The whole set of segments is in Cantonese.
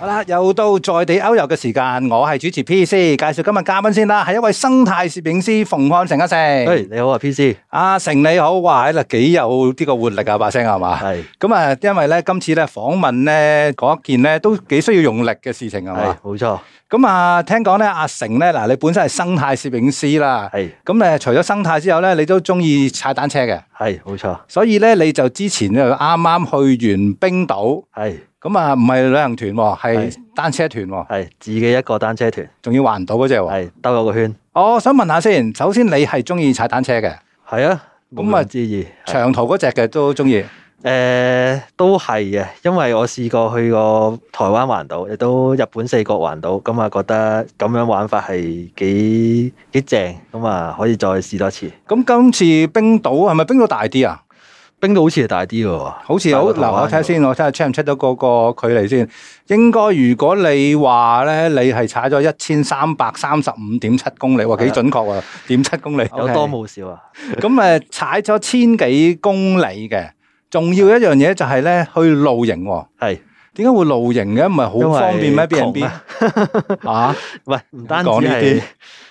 啦，又到在地歐遊嘅時間，我係主持 P C，介紹今日嘉賓先啦，係一位生態攝影師馮漢城阿成。喂，你好啊，P C，阿成你好，哇，喺度幾有呢個活力啊，把聲係嘛？係咁啊，因為咧今次咧訪問咧嗰一件咧都幾需要用力嘅事情係嘛係？冇錯，咁啊，聽講咧阿成咧嗱，你本身係生態攝影師啦，係咁誒除咗生態之後咧，你都中意踩單車嘅，係冇錯，所以咧你就之前就啱啱去完冰島。係咁啊，唔係旅行團喎，係係單車團喎，係自己一個單車團，仲要環島嗰只喎。係兜咗個圈，我哦想問下先，首先你係中意踩單車嘅，係啊，咁咁啊庸置疑，誒、長途嗰只嘅都中意。都係嘅，因為我試過去過台灣環島，亦都日本四國環島，咁啊覺得咁樣玩法係幾幾正，咁啊可以再試多次。咁今次冰島係咪冰島大啲啊？冰島好似係大啲嘅喎，好似大好，過台嗱灣我睇下嘅先，我睇下 check 唔 check 到嗰個距離先。應該如果你話咧，你係踩咗一千三百三十五點七公里，哇幾準確喎，點七公里喎，有啊多冇少啊？咁誒踩咗千幾公里嘅，仲要一樣嘢就係咧去露營喎。係，點解會露營嘅？唔係因好方便咩為？B N 窮 B 啊啊，唔係唔單止講呢啲係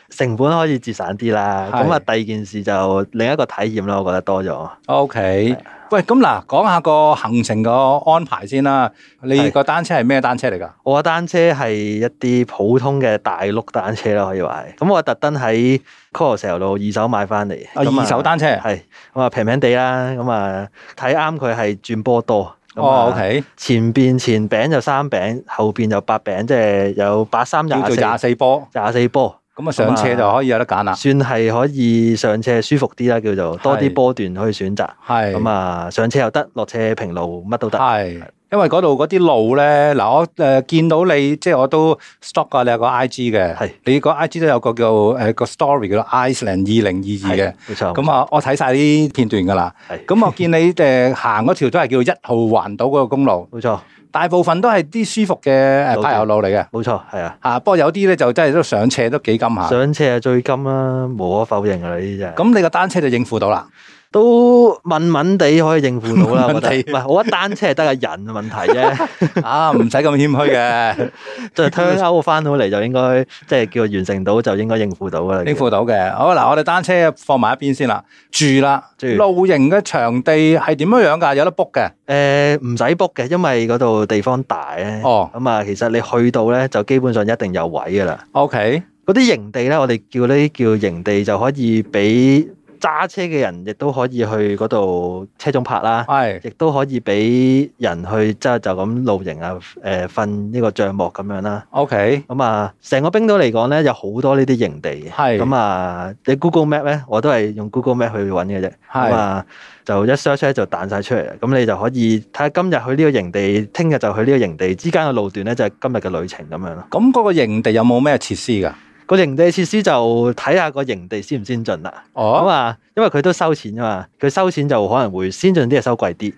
成本可以節省啲啦，係咁啊第二件事就另一個體驗啦，我覺得多咗。 OK，喂，咁嗱，講下個行程個安排先啦。你係個單車係咩單車嚟㗎？我嘅單車係一啲普通嘅大碌單車啦，可以話係。咁我特登喺 c o r s a l 度二手買翻嚟。啊，咁二手單車。係咁啊，平平地啦，咁啊睇啱佢係轉波多。咁啊哦，OK，前邊前餅就三餅，後邊就八餅，即係有八三叫廿做四廿四啊波，廿四波，咁啊上車就可以有得揀啦。算係可以上車舒服啲啦，叫做多係啲波段可以選擇。係啊咁啊，上車又得，落車平路乜都得。係，因為嗰度嗰啲路咧，嗱我誒見到你，即係我都 stalk 過你有個 I G 嘅係，你個 I G 都有個叫誒個 story 叫做 Iceland 二零二二嘅係，。冇錯。咁啊我睇晒啲片段㗎啦。係咁我見你誒行嗰條都係叫一號環島嗰個公路，冇錯，大部分都係啲舒服嘅誒路柏油路嚟嘅。冇錯，係啊。嚇，不過有啲咧就真係都上斜都幾金下。上車係最金啦，無可否認噶啦，呢啲真係。啊咁你個單車就應付到啦。都問問地可以應付 到啦，問問我覺得。地唔係，我覺得單車係得個人問題 啫， 啊，唔使咁謙虛嘅，即係推歐翻到嚟就應該即係叫完成到就應該應付到噶啦。應付到嘅。好嗱，我哋單車放埋一邊先啦。住啦，住露營嘅場地係點樣樣㗎？有得 book 嘅。誒唔使 book 嘅，因為嗰度地方大咧。哦咁啊，其實你去到咧就基本上一定有位噶啦。 OK，嗰啲營地咧，我哋叫呢啲叫營地，就可以俾揸車嘅人亦都可以去嗰度車中泊啦，係亦都可以俾人去即係就咁露營啊，誒瞓呢個帳幕咁樣啦。 OK，咁啊，成個冰島嚟講咧，有好多呢啲營地嘅。係咁啊，你 Google Map 咧，我都係用 Google Map 去揾嘅啫。係咁啊，就一 search 咧就彈晒出嚟啦。咁你就可以睇下今日去呢個營地，聽日就去呢個營地，之間嘅路段咧就係今日嘅旅程咁樣咯。咁嗰個營地有冇咩設施㗎？個營地設施就睇下個營地先唔先進啦。咁哦，啊，因為佢都收錢啊嘛，佢收錢就可能會先進啲，係收貴啲；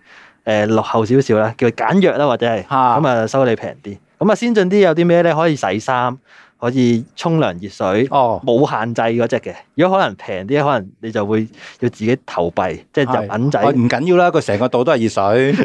誒、落後少少啦，叫簡約啦，或者係嚇咁啊，收你平啲。咁啊，先進啲有啲咩咧？可以洗衫，可以沖涼熱水，哦，冇限制嗰只嘅。如果可能平啲，可能你就會要自己投幣，即係入銀仔。哦唔緊要啦，佢成個島都係熱水。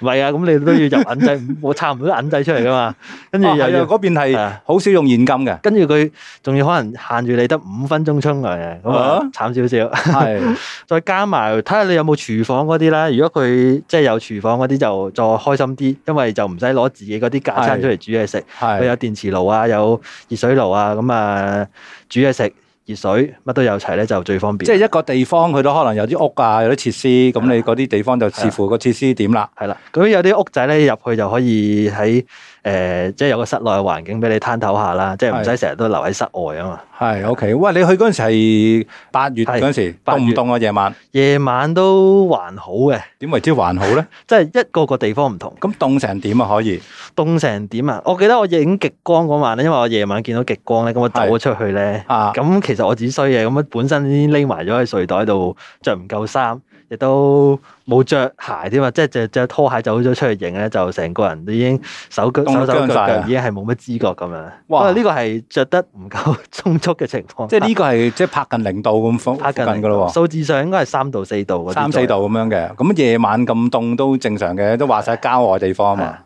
唔係啊，咁你都要入 銀仔，我撐唔到銀仔出嚟噶嘛。跟住哦，又係要啊，嗰邊係係啊。好少用現金嘅 跟住佢仲要可能限住你得五分鐘沖涼嘅，咁啊啊慘少少。係再加埋睇下你有冇廚房嗰啲啦。如果佢即係有廚房嗰啲就再開心啲，因為就唔使攞自己嗰啲架係餐出嚟煮嘢食。佢係有電磁爐啊，有熱水爐啊，咁啊煮嘢食、熱水乜都有齊咧，就最方便。即係一個地方，佢都可能有啲屋啊，有啲設施，咁你嗰啲地方就視乎個設施點啦。係啦，咁有啲屋仔咧入去就可以喺誒、呃即係有個室內嘅環境俾你攤唞下啦，即係唔係使成日都留喺室外啊嘛。係 OK，喂，你去嗰陣時係八月嗰係陣時，八凍月唔凍啊？夜晚夜晚都還好嘅，點為之還好 咧？即係一個個地方唔同，咁凍成點啊？可以凍成點啊！我記得我影極光嗰晚咧，因為我夜晚見到極光咧，咁我走咗出去咧，啊？咁其實我只衰嘅，咁本身已經匿埋咗喺睡袋度，着唔夠衫，亦都冇着鞋添嘛，即係着着拖鞋走咗出去影咧，就成個人都已經手腳凍到手手腳僵晒啊腳已經係冇乜知覺咁樣。哇哇！呢個係着得唔夠充足嘅情況，即係呢個係即係拍近零度咁附附拍近近㗎咯喎，數字上應該係三到四度嗰啲三四左右度咁樣嘅。咁夜晚咁凍都正常嘅，都話晒郊外地方嘛。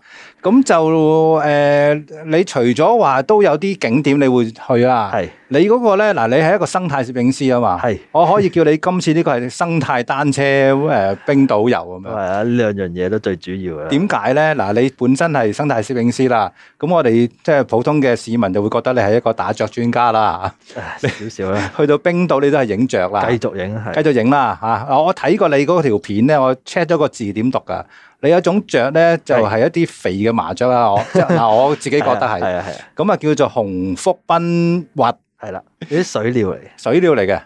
咁就誒、呃你除咗話都有啲景點你會去啦，係你嗰個咧嗱，你係一個生態攝影師啊嘛，係我可以叫你今次呢個係生態單車誒、呃冰島遊咁咁樣。啊，呢兩樣嘢都最主要嘅。點解咧？嗱，你本身係生態攝影師啦，咁我哋即係普通嘅市民就會覺得你係一個打雀專家啦。 唉少少 啦，去到冰島你都係影雀啦，繼續影係繼續影啦嚇。啊我睇過你嗰條片咧，我 check 咗個字點讀噶。你有種雀咧就係一啲肥嘅麻雀啊啦，我即係嗱我自己覺得係， 係啊係啊咁啊叫做紅腹賓滑係啦，呢啲水鳥嚟，水鳥嚟嘅。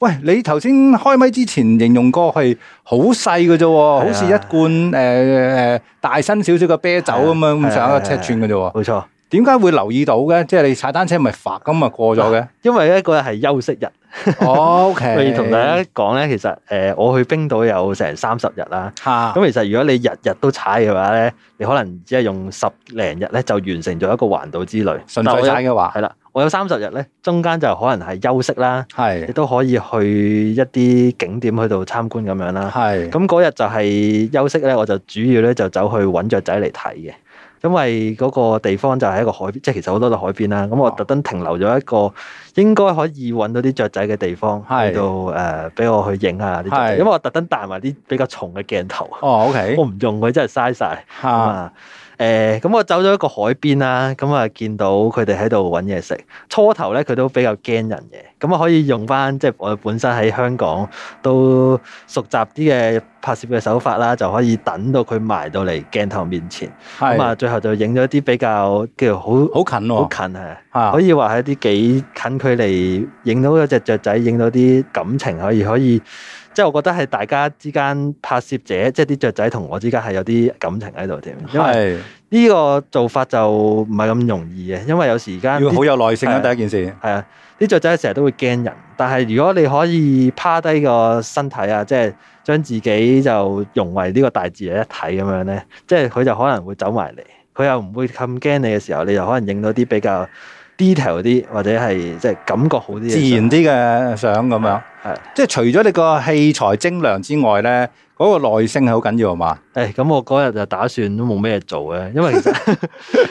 喂，你頭先開咪之前形容過係好細嘅啫喎，啊好似一罐誒誒大身少少嘅啤酒咁樣係啊咁上下係啊嘅尺寸嘅啫喎。冇錯。點解會留意到嘅？即係你踩單車咪發咁啊過咗 嘅。因為咧嗰日係休息日，哦，OK。我要同大家講咧，其實誒我去冰島有成三十日啦。嚇咁其實如果你日日都踩嘅話咧，你可能只係用十零日咧就完成咗一個環島之旅。純但我粹有踩嘅話，係啦，我有三十日咧，中間就可能係休息啦，亦係都可以去一啲景點去度參觀咁樣啦。係。咁嗰日就係休息咧，我就主要咧就走去揾雀仔嚟睇嘅，因為嗰個地方就係一個海邊，即係其實好多都海邊啦。咁我哦特登停留咗一個應該可以揾到啲雀仔嘅地方，係去到誒俾我去影下啲雀仔，係因為我特登帶埋啲比較重嘅鏡頭，哦，OK，我唔用佢真係嘥晒。咁嚇啊，誒，咁我走咗一個海邊啦，咁啊見到佢哋喺度揾嘢食。初頭咧，佢都比較驚人嘅，咁啊可以用翻即係我本身喺香港都熟習啲嘅拍攝嘅手法啦，就可以等到佢埋到嚟鏡頭面前。咁啊，係哦最後就影咗啲比較叫做好好近好喎，近啊係，嚇可以話係一啲幾近距離影到一隻雀仔，影到啲感情可以可以。即係我覺得係大家之間拍攝者，即係啲雀仔同我之間係有啲感情喺度添，因為係呢個做法就唔係咁容易嘅，因為有時而家要好有耐性啦，係第一件事係啊，啲雀仔成日都會驚人。但係如果你可以趴低個身體啊，即係將自己就融為呢個大自然一體咁樣咧，即係佢就可能會走埋嚟，佢又唔會咁驚你嘅時候，你就可能影到啲比較 detail 啲或者係即係感覺好啲嘅自然啲嘅相咁樣，相。係即係除咗你個器材精良之外咧，嗰個耐性係好緊要啊嘛，誒，咁我嗰日就打算都冇咩做嘅， 因為 其實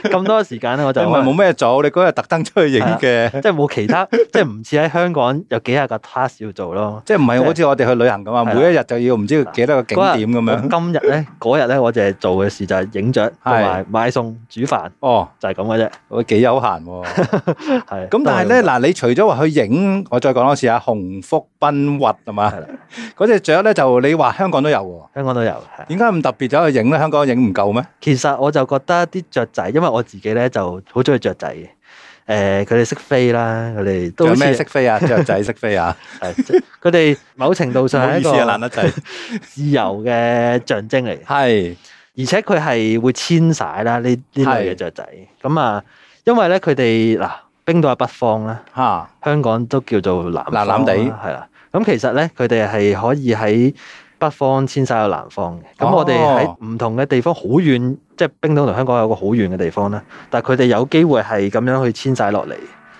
咁多時間咧，我你就唔可係能冇咩做，你嗰日特登出去影嘅，即係冇其他，即係唔似喺香港有幾廿個 task 要做咯。即係唔係好似我哋去旅行咁啊，係啦每一日就要唔知幾多個景嗰日點咁樣，我 à, 今日咧，嗰日咧，我淨係做嘅事就係影雀同埋買餸、煮飯，哦，就係咁嘅啫。我幾悠閒 喎。係。咁但係咧，嗱，你除咗話去影，我再講多次啊，紅腹賓滑係嘛係啦，嗰只雀咧就你話香港都有喎，香港都有。係點解咁特別走去影咧？香港影唔夠咩？其實我就覺得啲雀仔，因為我自己咧就好中意雀仔嘅。誒、佢哋識飛啦，佢哋都仲好有似咩識 飛啊？雀仔識飛啊？係即係佢哋某程度唔上好係意一思啊，個 懶得滯。自由嘅象徵嚟嘅。係而且佢係會遷徙啦，呢呢類係嘅雀仔。咁啊，因為咧佢哋嗱，冰島係北方啦。嚇，香港都叫做南啊南南地係啦。咁其實咧，佢哋係可以喺北方遷徙到南方嘅。咁、哦我哋喺唔同嘅地方好遠，即係冰島同香港有個好遠嘅地方啦。但係佢哋有機會係咁樣去遷徙落嚟。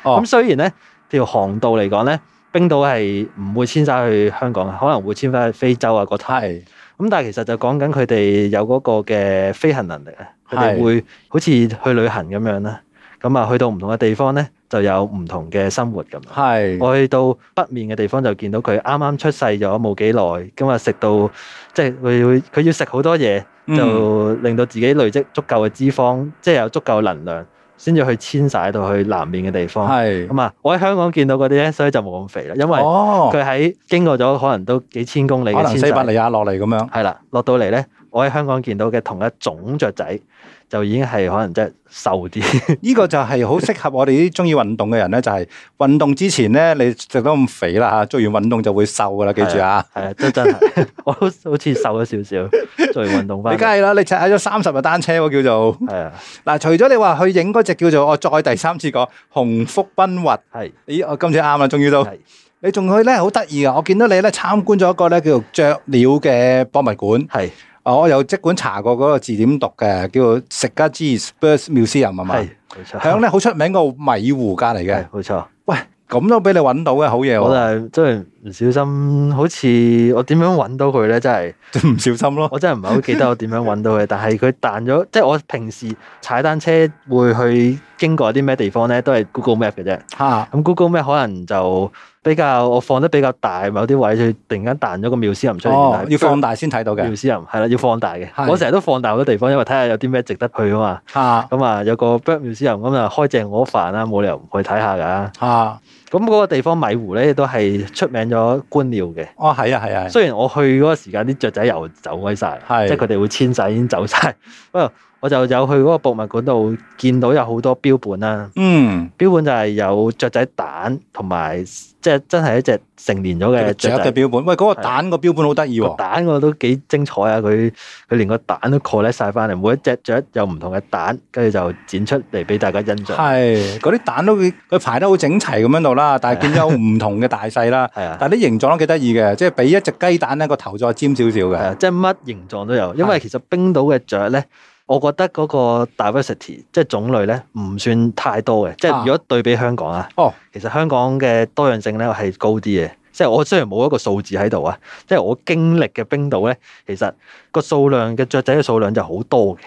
哦咁、雖然咧條航道嚟講咧，冰島係唔會遷徙去香港嘅，可能會遷翻去非洲啊嗰頭。係咁但係其實就講緊佢哋有嗰個嘅飛行能力啊，佢哋係會好似去旅行咁樣啦。咁啊，去到唔同嘅地方咧，就有唔同嘅生活咁樣。係我去到北面嘅地方就見到佢啱啱出世咗冇幾耐，咁啊食到即係佢會佢要食好多嘢，嗯就令到自己累積足夠嘅脂肪，即係有足夠嘅能量，先至去遷徙到去南面嘅地方。係咁啊，我喺香港見到嗰啲咧，所以就冇咁肥啦，因為哦，佢喺經過咗可能都幾千公里嘅可遷能西伯徙，利亞落嚟咁 樣。係啦，落到嚟咧，我喺香港見到嘅同一種雀仔就已經係可能即係瘦啲，呢個就係好適合我哋啲中意運動嘅人咧，就係運動之前咧，你食得咁肥啦嚇，做完運動就會瘦噶啦，記住啊！係啊，真真係， 我都好似瘦咗少少，做完運動你翻嚟梗。係啦，你踩咗三十日單車喎，叫做係啊，嗱。除咗你話去影嗰只叫做我再第三次講紅腹賓滑，係咦，我今次啱啦，終於都係你仲去咧好得意啊！我見到你咧參觀咗一個咧叫做雀鳥嘅博物館。係啊我有即管查過嗰個字點讀嘅，叫做 s i g a j i Birds Museum 係嘛？係冇錯，響咧好出名個米湖隔離嘅啊係。冇錯，喂，咁都俾你揾到嘅好嘢喎，我就係真係唔小心，好似我點樣揾到佢咧？真 係唔小心咯。我真係唔係好記得我點樣揾到佢，但係佢彈咗，即係我平時踩單車會去經過啲咩地方咧，都係 Google Map 嘅啫。嚇咁 Google Map 可能就比較我放得比較大，某啲位佢突然間彈咗個 museum 出嚟，哦原，來要放大先睇到嘅 museum 係啦，要放大嘅。係我成日都放大好多地方，因為睇下有啲咩值得去啊嘛。嚇咁啊，有個 Bird Museum 咁啊，開正我飯啦，冇理由唔去睇下㗎。嚇，哦咁嗰個地方米湖咧，亦都係出名咗觀鳥嘅。係啊係啊，係雖然我去嗰個時間啲雀仔又走鬼晒，係即係佢哋會遷徙已經走晒。不過我就有去嗰個博物館度見到有好多標本啦，嗯，標本就係有雀仔蛋同埋即係真係一隻成年咗嘅雀雀嘅仔。標本，喂嗰個係蛋個標本好得意個喎，蛋我都幾精彩啊！佢佢連個蛋都 collect 晒翻嚟，每一隻雀有唔同嘅蛋，跟住就剪出嚟俾大家欣賞。係嗰啲蛋都會佢排得好整齊咁樣度啦，但係見有唔同嘅大細啦，係啊。但係啲形狀都幾得意嘅，即係比一隻雞蛋咧個頭再尖少少係啊，嘅，即係乜形狀都有。因係為其實冰島嘅雀咧，我覺得嗰個 diversity 即係種類咧，唔算太多嘅。即啊係如果對比香港啊，哦其實香港嘅多樣性咧係高啲嘅。即係我雖然冇一個數字喺度啊，即係我經歷嘅冰島咧，其實個數量嘅雀仔嘅數量就好多嘅，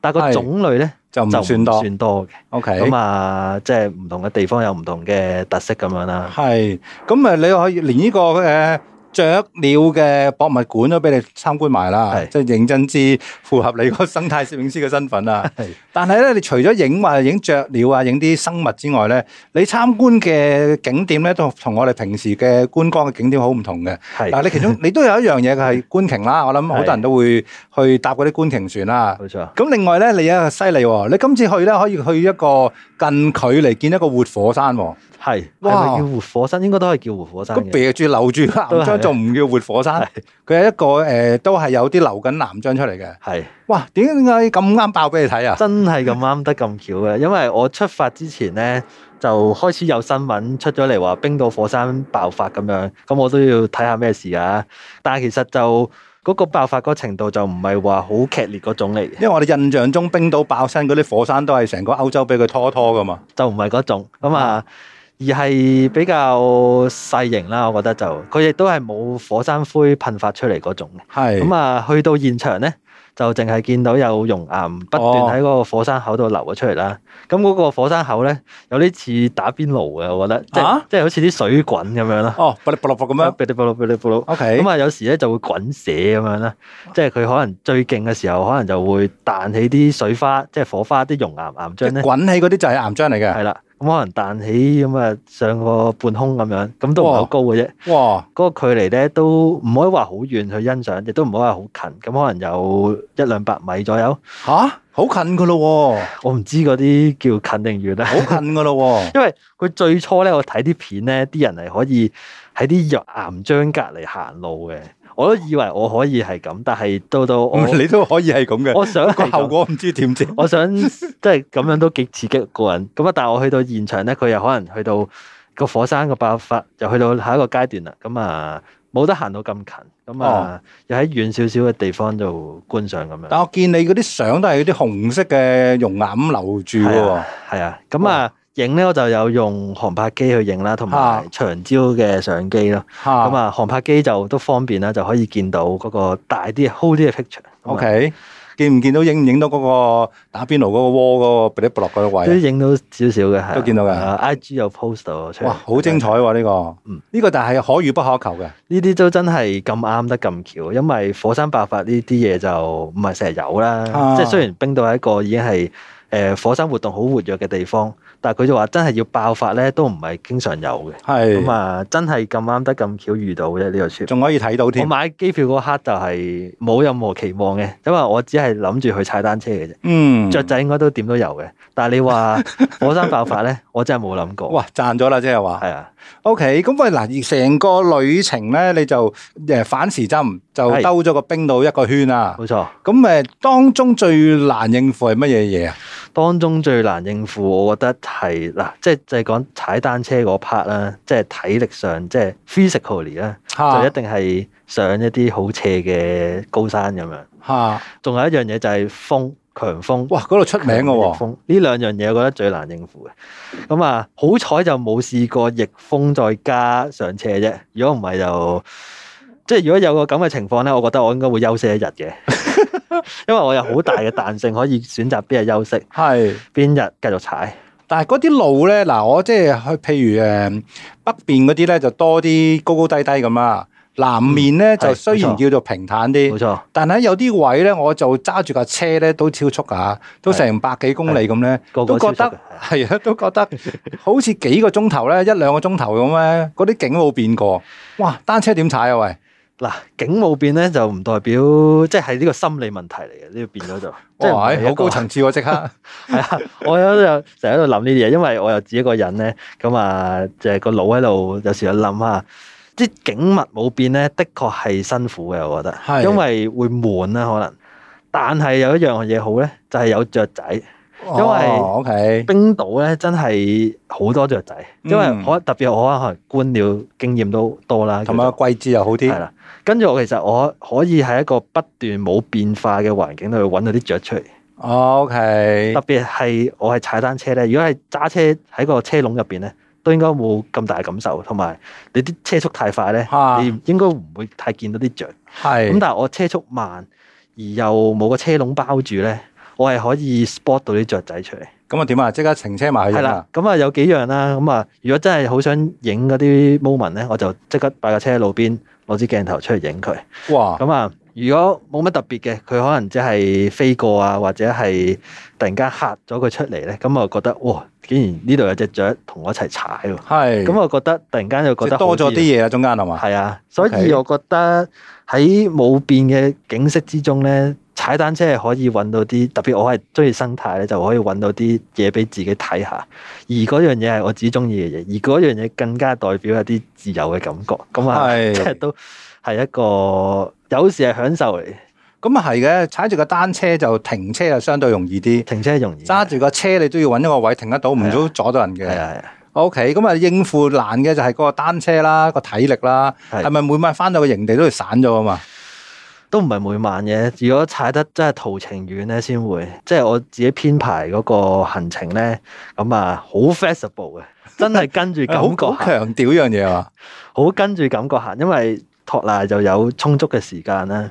但係係個種類咧就唔就算多算多嘅。 ，OK。咁啊，即係唔同嘅地方有唔同嘅特色咁樣啦。係，咁诶，你可以連呢、個个呃雀鳥嘅博物館都俾你參觀埋啦，係即係認真之符合你個生態攝影師嘅身份啦 係。但係咧，你除咗影話影雀鳥啊、影啲生物之外咧，你參觀嘅景點咧，都同我哋平時嘅觀光嘅景點好唔同嘅。係嗱， 你其中你都有一樣嘢嘅係觀鯨啦，我諗好多人都會去搭嗰啲觀鯨船啦。冇錯，咁另外咧，你啊犀利喎！你今次去咧可以去一個近距離見一個活火山喎。係係哇咪叫活火山？應該都係叫活火山個嘅。鼻住留住個都南係漿啊仲唔叫活火山係？佢係一個誒、呃都係有啲流緊南漿出嚟嘅。係。哇！點解咁啱爆俾你睇 啊？真係咁啱得咁巧嘅，因為我出發之前咧就開始有新聞出咗嚟話冰島火山爆發咁樣，咁我都要睇下咩事啊。但係其實就嗰、個爆發嗰程度就唔係話好劇烈嗰種嚟嘅，因為我哋印象中冰島爆身嗰啲火山都係成個歐洲俾佢拖拖噶嘛。就唔係嗰種咁啊，而係比較細型啦。我覺得就佢亦都係冇火山灰噴發出嚟嗰種嘅。係咁啊，去到現場咧，就淨係見到有熔岩不斷哦喺嗰個火山口度流咗出嚟啦。咁嗰、個火山口咧，有啲似打邊爐嘅，我覺得，即係、啊即係好似啲水滾咁樣啊啦，哦，卜哩卜落卜咁咁樣樣。嗶哩嗶哩嗶哩嗶哩。 O K，咁啊，有時咧就會滾瀉咁樣啦，即係佢可能最勁嘅時候，可能就會彈起啲水花，即係火花，啲熔岩岩即係啊漿咧，滾起嗰啲就係岩漿嚟嘅。係啦，咁可能彈起咁啊上個半空咁樣，咁都唔係哇好高嘅啫。哇！嗰個距離咧都唔可以話好遠去欣賞，亦都唔可以話好近，咁可能有一兩百米左右。吓，好近噶咯我唔知嗰啲叫近定遠啦。喎，好近噶咯喎。 因為佢最初咧，我睇啲片咧，啲人係可以喺啲岩漿隔離行路嘅。我都以為我可以係咁，但係到到我唔 係你都可以係咁嘅，我想個係後咁果唔知點啫。我想即係咁樣都幾刺激個人。咁啊，但係我去到現場咧，佢又可能去到個火山個爆發，又去到下一個階段啦。咁啊，冇得行到咁近，咁哦啊，又喺遠少少嘅地方度觀賞咁樣。但我見你嗰啲相都係嗰啲紅色嘅熔岩咁流住嘅係喎啊。，係啊。咁啊，影咧我就有用航拍機去影啦，同啊埋長焦嘅相機咯。嚇咁啊，航拍機就都方便啦，就可以見到嗰個大啲、好啲嘅 picture 咁啊。 O K，見唔見到影唔影到嗰個打邊爐嗰個鍋嗰個噼里啪落嗰個都位啊？影到少少嘅，係啊都見到嘅啊 IG 有 post 到出嚟。哇，好精彩啊喎！呢個嗯呢個但係可遇不可求嘅。呢啲都真係咁啱得咁巧，因為火山爆發呢啲嘢就唔係成日有啦。啊即係雖然冰島係一個已經係誒、呃火山活動好活躍嘅地方，但係佢就話真係要爆發咧，都唔係經常有嘅。咁係，啊，真係咁啱得咁巧遇到啫呢個 trip。仲可以睇到我添。買機票嗰刻就係冇任何期望嘅，因為我只係諗住去踩單車嘅啫。嗯，雀仔應該都點都有嘅，但係你話火山爆發咧，我真係冇諗過。哇，賺咗啦，即係話。係啊， O K，咁喂嗱，而成個旅程咧，你就誒反時針就係兜咗個冰島一個圈啊。冇錯。咁誒，當中最難應付係乜嘢嘢啊？當中最難應付，我覺得係嗱，即係就係講踩單車嗰 part 啦，即係體力上，即係 physically 啦，就一啊嚇定係上一啲好斜嘅高山咁樣。嚇仲有一樣嘢就係風，強風。哇！嗰度出名嘅逆喎，風呢兩樣嘢我覺得最難應付嘅。咁啊，好彩就冇試過逆風再加上斜啫。如果唔係就即係如果有個咁嘅情況咧，我覺得我應該會休息一日嘅， 因為我有好大嘅彈性，可以選擇邊日休息，係。邊日繼續踩。但係嗰啲路咧，嗱，我即係去，譬如誒、北邊嗰啲咧，就多啲高高低低咁啊。南面咧、就嗯係雖然冇錯叫做平坦冇啲，錯，但係有啲位咧，我就揸住架車咧都超速啊，都成百幾公里咁咧，個都個覺超得速嘅。係啊，都覺得 好似幾個鐘頭咧，一兩個鐘頭咁咧，嗰啲景冇變過。哇！單車點踩啊？喂，嗱，景冇變咧就唔代表即係呢個心理問題嚟嘅，呢個變咗就即係 唔哇！哎係一好高個層次喎，即刻 係啊，我有有成日喺度諗呢啲嘢，因為我又自己一個人咧，咁啊，就係個腦喺度有時有諗下，啲景物冇變咧，的確係辛苦嘅，我覺係得，因為會悶啦可能。但係有一樣嘢好咧，就係、有雀仔。因哦 OK 冰島咧真係好多雀仔，因為嗯可特別我可能觀鳥經驗都多啦，同埋叫做個季節又好係啲，啦。跟住我其實我可以喺一個不斷冇變化嘅環境度去揾到啲雀出嚟。哦 OK 特別係我係踩單車咧，如果係揸車喺個車籠入邊咧，都應該冇咁大感受，同埋你啲車速太快咧，啊嗯你應該唔會太見到啲雀。咁係但係我車速慢，而又冇個車籠包住咧，我係可以 spot 到啲雀仔出嚟。咁啊點啊？即刻停車埋去係影啊啦，咁啊有幾樣啦，咁啊如果真係好想影嗰啲 moment 咧，我就即刻擺架車喺路邊攞支鏡頭出嚟影佢。哇！咁啊，如果冇乜特別嘅，佢可能即係飛過啊，或者係突然間嚇咗佢出嚟咧，咁我覺得哇，竟然呢度有隻雀同我一齊踩喎，係咁我覺得突然間又覺即得係啊多咗啲嘢啦，中間係嘛？係啊，所 OK 以我覺得喺冇變嘅景色之中咧，踩單車係可以揾到啲特別，我係中意生態咧，就可以揾到啲嘢俾自己睇下，而嗰樣嘢係我自己中意嘅嘢，而嗰樣嘢更加代表一啲自由嘅感覺，咁啊，係 即係都係一個有時係享受嚟，咁啊係嘅，踩住個單車就停車就相對容易啲，停車容易揸住個車你都要揾一個位停得到，唔啊係啊好阻到人係嘅。啊係啊， OK，咁啊應付難嘅就係個單車啦，個體力啦，係係咪每晚翻到個營地都要散咗啊嘛？都唔係每晚嘅，如果踩得真係途程遠咧，先會即係我自己編排嗰個行程咧，咁啊好 flexible 嘅，真係跟住感覺好行，強調呢樣嘢啊！好跟住感覺行，因為托賴就有充足嘅時間啦。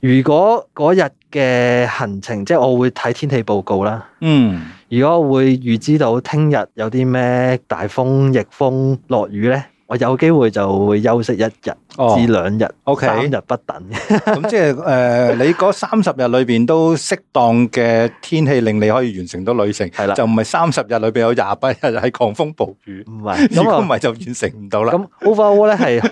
如果嗰日嘅行程，即係我會睇天氣報告啦。嗯，如果我會預知到聽日有啲咩大風、逆風、落雨咧，我有機會就會休息一日哦至兩日、 OK 三日不等。咁即係誒，你嗰三十日裏邊都適當嘅天氣令你可以完成到旅程，係啦就唔係三十日裏邊有廿八日係狂風暴雨，唔 係如咁果唔啊。係就完成唔到啦。咁 overall 咧係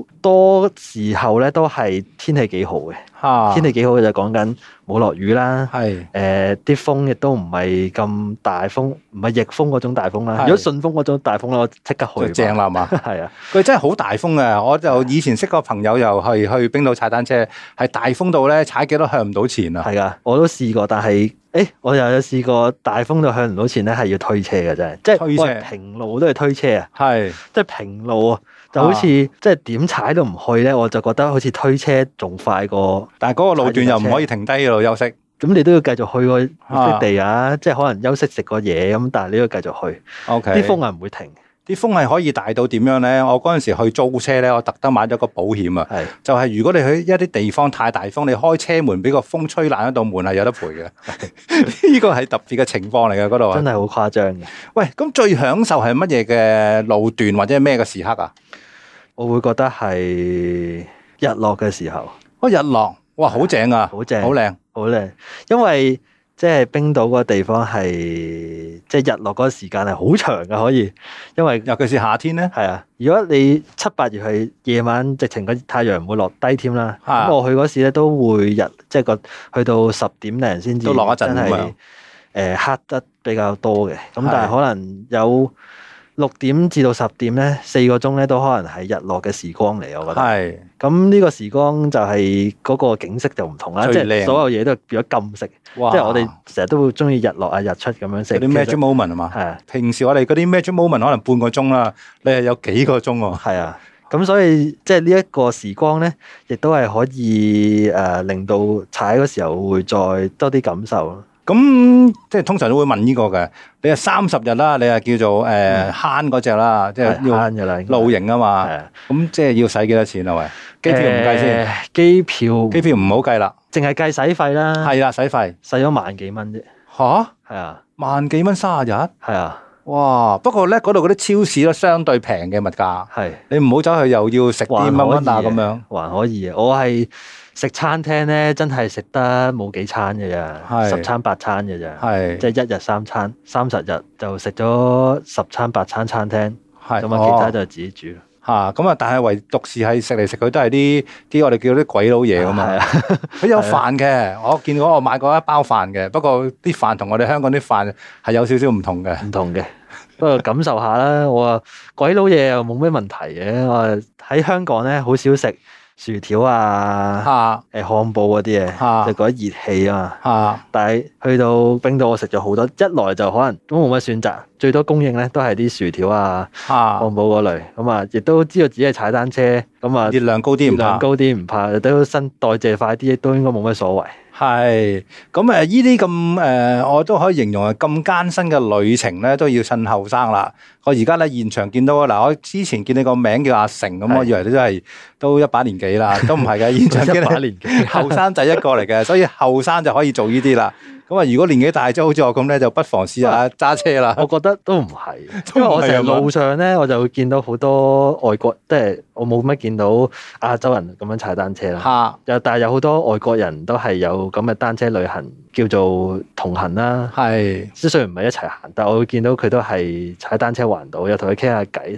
好多時候咧都係天氣幾好嘅，嚇天氣幾好嘅就講緊冇落雨啦，係誒啲風亦都唔係咁大風，唔係逆風嗰種大風啦。係如果順風嗰種大風咧，我即刻就去。正， 啦係嘛。係啊，佢真係好大風啊！我就以前識個朋友又係去冰島踩單車，係大風到咧踩幾多向唔到前啊！係啊，我都試過，但係誒我又有試過大風到向唔到前咧，係要推車嘅真係，即推係車我係平路都係推車啊，係即係平路啊，就好似即係點踩都唔去咧，我就覺得好似推車仲快過。但係嗰個路段又唔可以停低喺度休息。咁你都要繼續去個目的地啊，即係可能休息食個嘢咁，但係你都要繼續去。 O K，啲風啊係唔會停，啲風係可以大到點樣咧？我嗰陣時去租車咧，我特登買咗個保險啊！係就係如果你去一啲地方太大風，你開車門俾個風吹爛一道門係有得賠嘅。 呢個係特別嘅情況嚟嘅嗰度真啊。係好誇張嘅。喂，咁最享受係乜嘢嘅路段或者咩嘅時刻啊？我會覺得係日落嘅時候嗰哦日落，哇，好正啊！好正，好靚，好靚，因為即係冰島個地方係即係日落嗰個時間係好長嘅，可以，因為尤其是夏天咧。係啊，如果你七八月係夜晚直情個太陽唔會落低添啦，咁、啊我去嗰時咧都會日即係個去到十點零先至都落一陣真咁樣係誒黑得比較多嘅，咁係但係可能有六點至到十點咧，四個鐘咧都可能係日落嘅時光嚟，我覺得。係。咁呢個時光就係嗰個景色就唔同啦，最即靚係所有嘢都變咗金色，即哇係我哋成日都會中意日落啊、日出咁樣嗰食。啲 magic moment 啊嘛，係啊平時我哋嗰啲 magic moment 可能半個鐘啦，你係有幾個鐘喎，係啊，咁所以即係呢一個時光咧，亦都係可以誒、呃令到踩嗰時候會再多啲感受咯。咁即係通常都會問呢個嘅，你係三十日啦，你係叫做誒嗯慳嗰只啦，即係係要慳嘅啦，應該露營啊係嘛，啊咁即係要使幾多錢啊？喂，機票唔計先，誒機票機票唔好計啦，淨係計使費啦，係啦，使費使咗萬幾蚊啫。吓，係啊，萬幾蚊三十日，係啊，哇！不過咧嗰度嗰啲超市都相對平嘅物價，係。你唔好走去又要食啲乜還可以乜啊嘅咁樣，還可以嘅。我係食餐廳咧，真係食得冇幾餐嘅咋，係十餐八餐嘅咋，係即係一日三餐，三十日就食咗十餐八餐餐廳，係咁啊其他哦就自己煮。嚇咁啊！但係唯獨是係食嚟食去都係啲啲我哋叫啲鬼佬嘢咁嘛。係啊，啊佢有飯嘅，我見過我買過一包飯嘅，不過啲飯同我哋香港啲飯係有少少唔同嘅。唔同嘅。不過感受下啦，我話鬼佬嘢又冇咩問題嘅。我話喺香港咧好少食薯條啊、嚇誒漢堡嗰啲啊嘢，就覺得熱氣啊嘛。嚇但係去到冰島，我食咗好多，一來就可能都冇乜選擇，最多供應咧都係啲薯條啊、嚇，漢堡嗰類，咁啊，亦都知道自己係踩單車，咁啊，熱量高啲熱唔怕量。高啲唔怕，都新代謝快啲，都應該冇乜所 謂。係咁誒，呢啲咁誒，我都可以形容係咁艱辛嘅旅程咧，都要趁後生啦。我而家咧現場見到嗱，我之前見你個名叫阿成咁，係我以為你真係都一把年紀 啦，都唔係嘅。現場見一把你年紀， 後生仔一個嚟嘅，所以後生就可以做呢啲啦。咁啊，如果年紀大咗，好似我咁咧，就不妨 試下揸車啦。我覺得都唔係，都唔係因為我成日係嘛路上咧，我就會見到好多外國，即係我冇乜見到亞洲人咁樣踩單車啦。嚇又但係有好多外國人都係有咁嘅單車旅行，叫做同行啦。係。即係雖然唔係一齊行，但我會見到佢都係踩單車環島，又同佢傾下偈。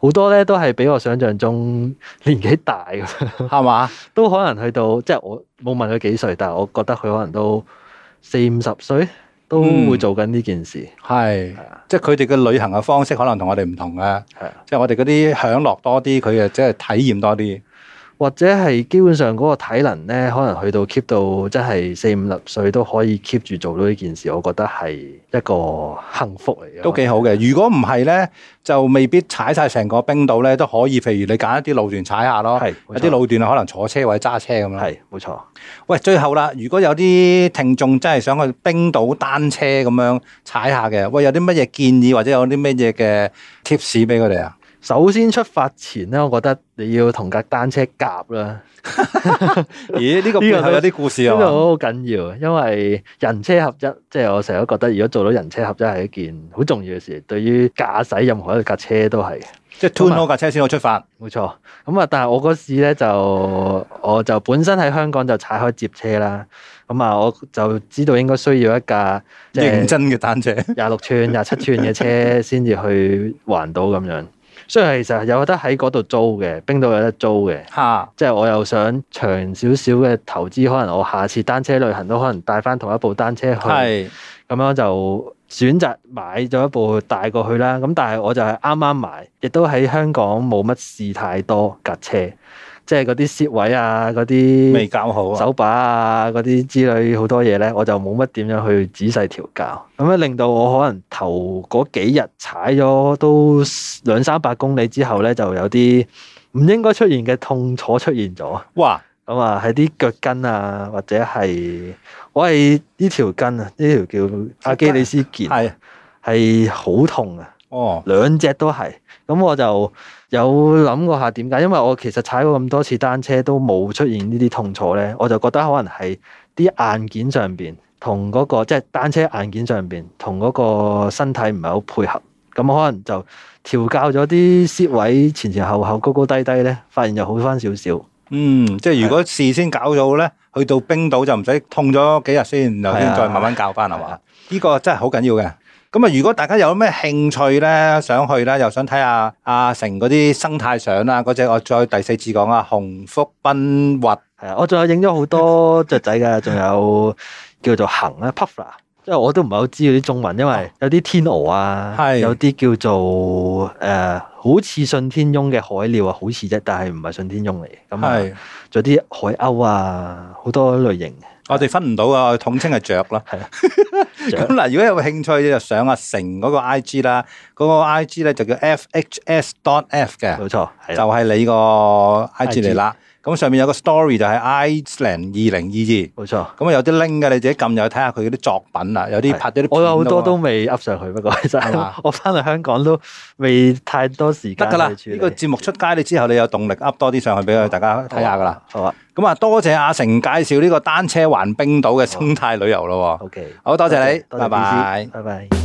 好多咧都係比我想象中年紀大咁樣，係嘛？ 都可能去到即係我冇問佢幾歲，但係我覺得佢可能都四五十歲都嗯會做緊呢件事。係係啊，即係佢哋嘅旅行嘅方式可能同我哋唔同嘅，係啊，即係我哋嗰啲享樂多啲，佢啊即係體驗多啲。或者係基本上嗰個體能咧，可能去到 keep 到真係四五十歲都可以 keep 住做到呢件事，我覺得係一個幸福嚟嘅。都幾好嘅。如果唔係咧，就未必踩晒成個冰島咧，都可以。譬如你揀一啲路段踩下咯，係啊有冇錯啲路段可能坐車或者揸車咁咯。係冇錯。喂，最後啦，如果有啲聽眾真係想去冰島單車咁樣踩下嘅，喂，有啲乜嘢建議或者有啲乜嘢嘅 tips 俾佢哋 啊？首先出發前咧，我覺得你要同架單車夾啦。咦，呢個呢個背後都有啲故事呢啊個嘛？好緊要，因為人車合一，即係我成日都覺得，如果做到人車合一係一件好重要嘅事，對於駕駛任何一架車都係即係 turn 好架車先好出發。冇錯。咁啊，但係我嗰時咧就我就本身喺香港就踩開接車啦，咁啊我就知道應該需要一架即認係真嘅單車，廿六寸、廿七寸嘅車先至去環島咁樣。雖然其實有得喺嗰度租嘅，冰島有得租嘅。嚇即係我又想長少少嘅投資，可能我下次單車旅行都可能帶翻同一部單車去，咁係樣就選擇買咗一部帶過去啦。咁但係我就係啱啱買，亦都喺香港冇乜試太多架車，即係嗰啲蝕位啊、嗰未啲搞好啊。手把啊、嗰啲之類好多嘢咧，我就冇乜點樣去仔細調教，咁樣令到我可能頭嗰幾日踩咗都兩三百公里之後咧，就有啲唔應該出現嘅痛楚出現咗。哇！咁啊，喺啲腳筋啊，或者係我係呢條筋啊，呢條叫阿基里斯腱，係係好痛啊，哦，兩隻都係。咁我就有諗過下點解，因為我其實踩過咁多次單車都冇出現呢啲痛楚咧，我就覺得可能係啲硬件上邊同嗰個即係單車硬件上邊同嗰個身體唔係好配合，咁可能就調教咗啲蝕位前前後後高高低低咧，發現就好翻少少。嗯，即係如果事先搞到咧，去到冰島就唔使痛咗幾日先，然後係先啊再慢慢教翻係係嘛啊？呢個真係好緊要嘅。咁啊，如果大家有咩興趣咧，想去咧，又想睇下阿成嗰啲生態相啊啦，嗰只我再第四次講啊，紅腹濱鷸係啊，我仲有影咗好 多雀仔㗎，仲有叫做行啦 puffler，即係我都唔係好知嗰啲中文，因為有啲天鵝啊，哦係有啲叫做誒、呃好似信天翁嘅海鳥啊，好似啫，但係唔係信天翁嚟嘅。咁啊，係仲有啲海鷗啊，好多類型嘅。我哋分唔到啊，我哋統稱係雀啦。啊 雀咁嗱，如果有興趣你就上阿成嗰個 I G 啦，嗰、個 I G 咧就叫 FHS dot F 嘅，冇錯，係就啦，係你個 I G 嚟啦。咁上面有個 story 就係 Iceland 二零二冇錯。二，咁啊有啲 link 嘅，你自己撳入去睇下佢嗰啲作品啦，有啲係拍咗啲片我有好多喎都未 up 上去，不過其係嘛實 我翻嚟香港都未太多時得間噶啦。去呢處個理。節目出街，你之後你有動力 up 多啲上去俾佢大家睇下噶啦。好啊咁啊，多謝阿成介紹呢個單車環冰島嘅生態旅遊咯喎。 ，OK，好多謝你多拜謝拜 PC 拜拜。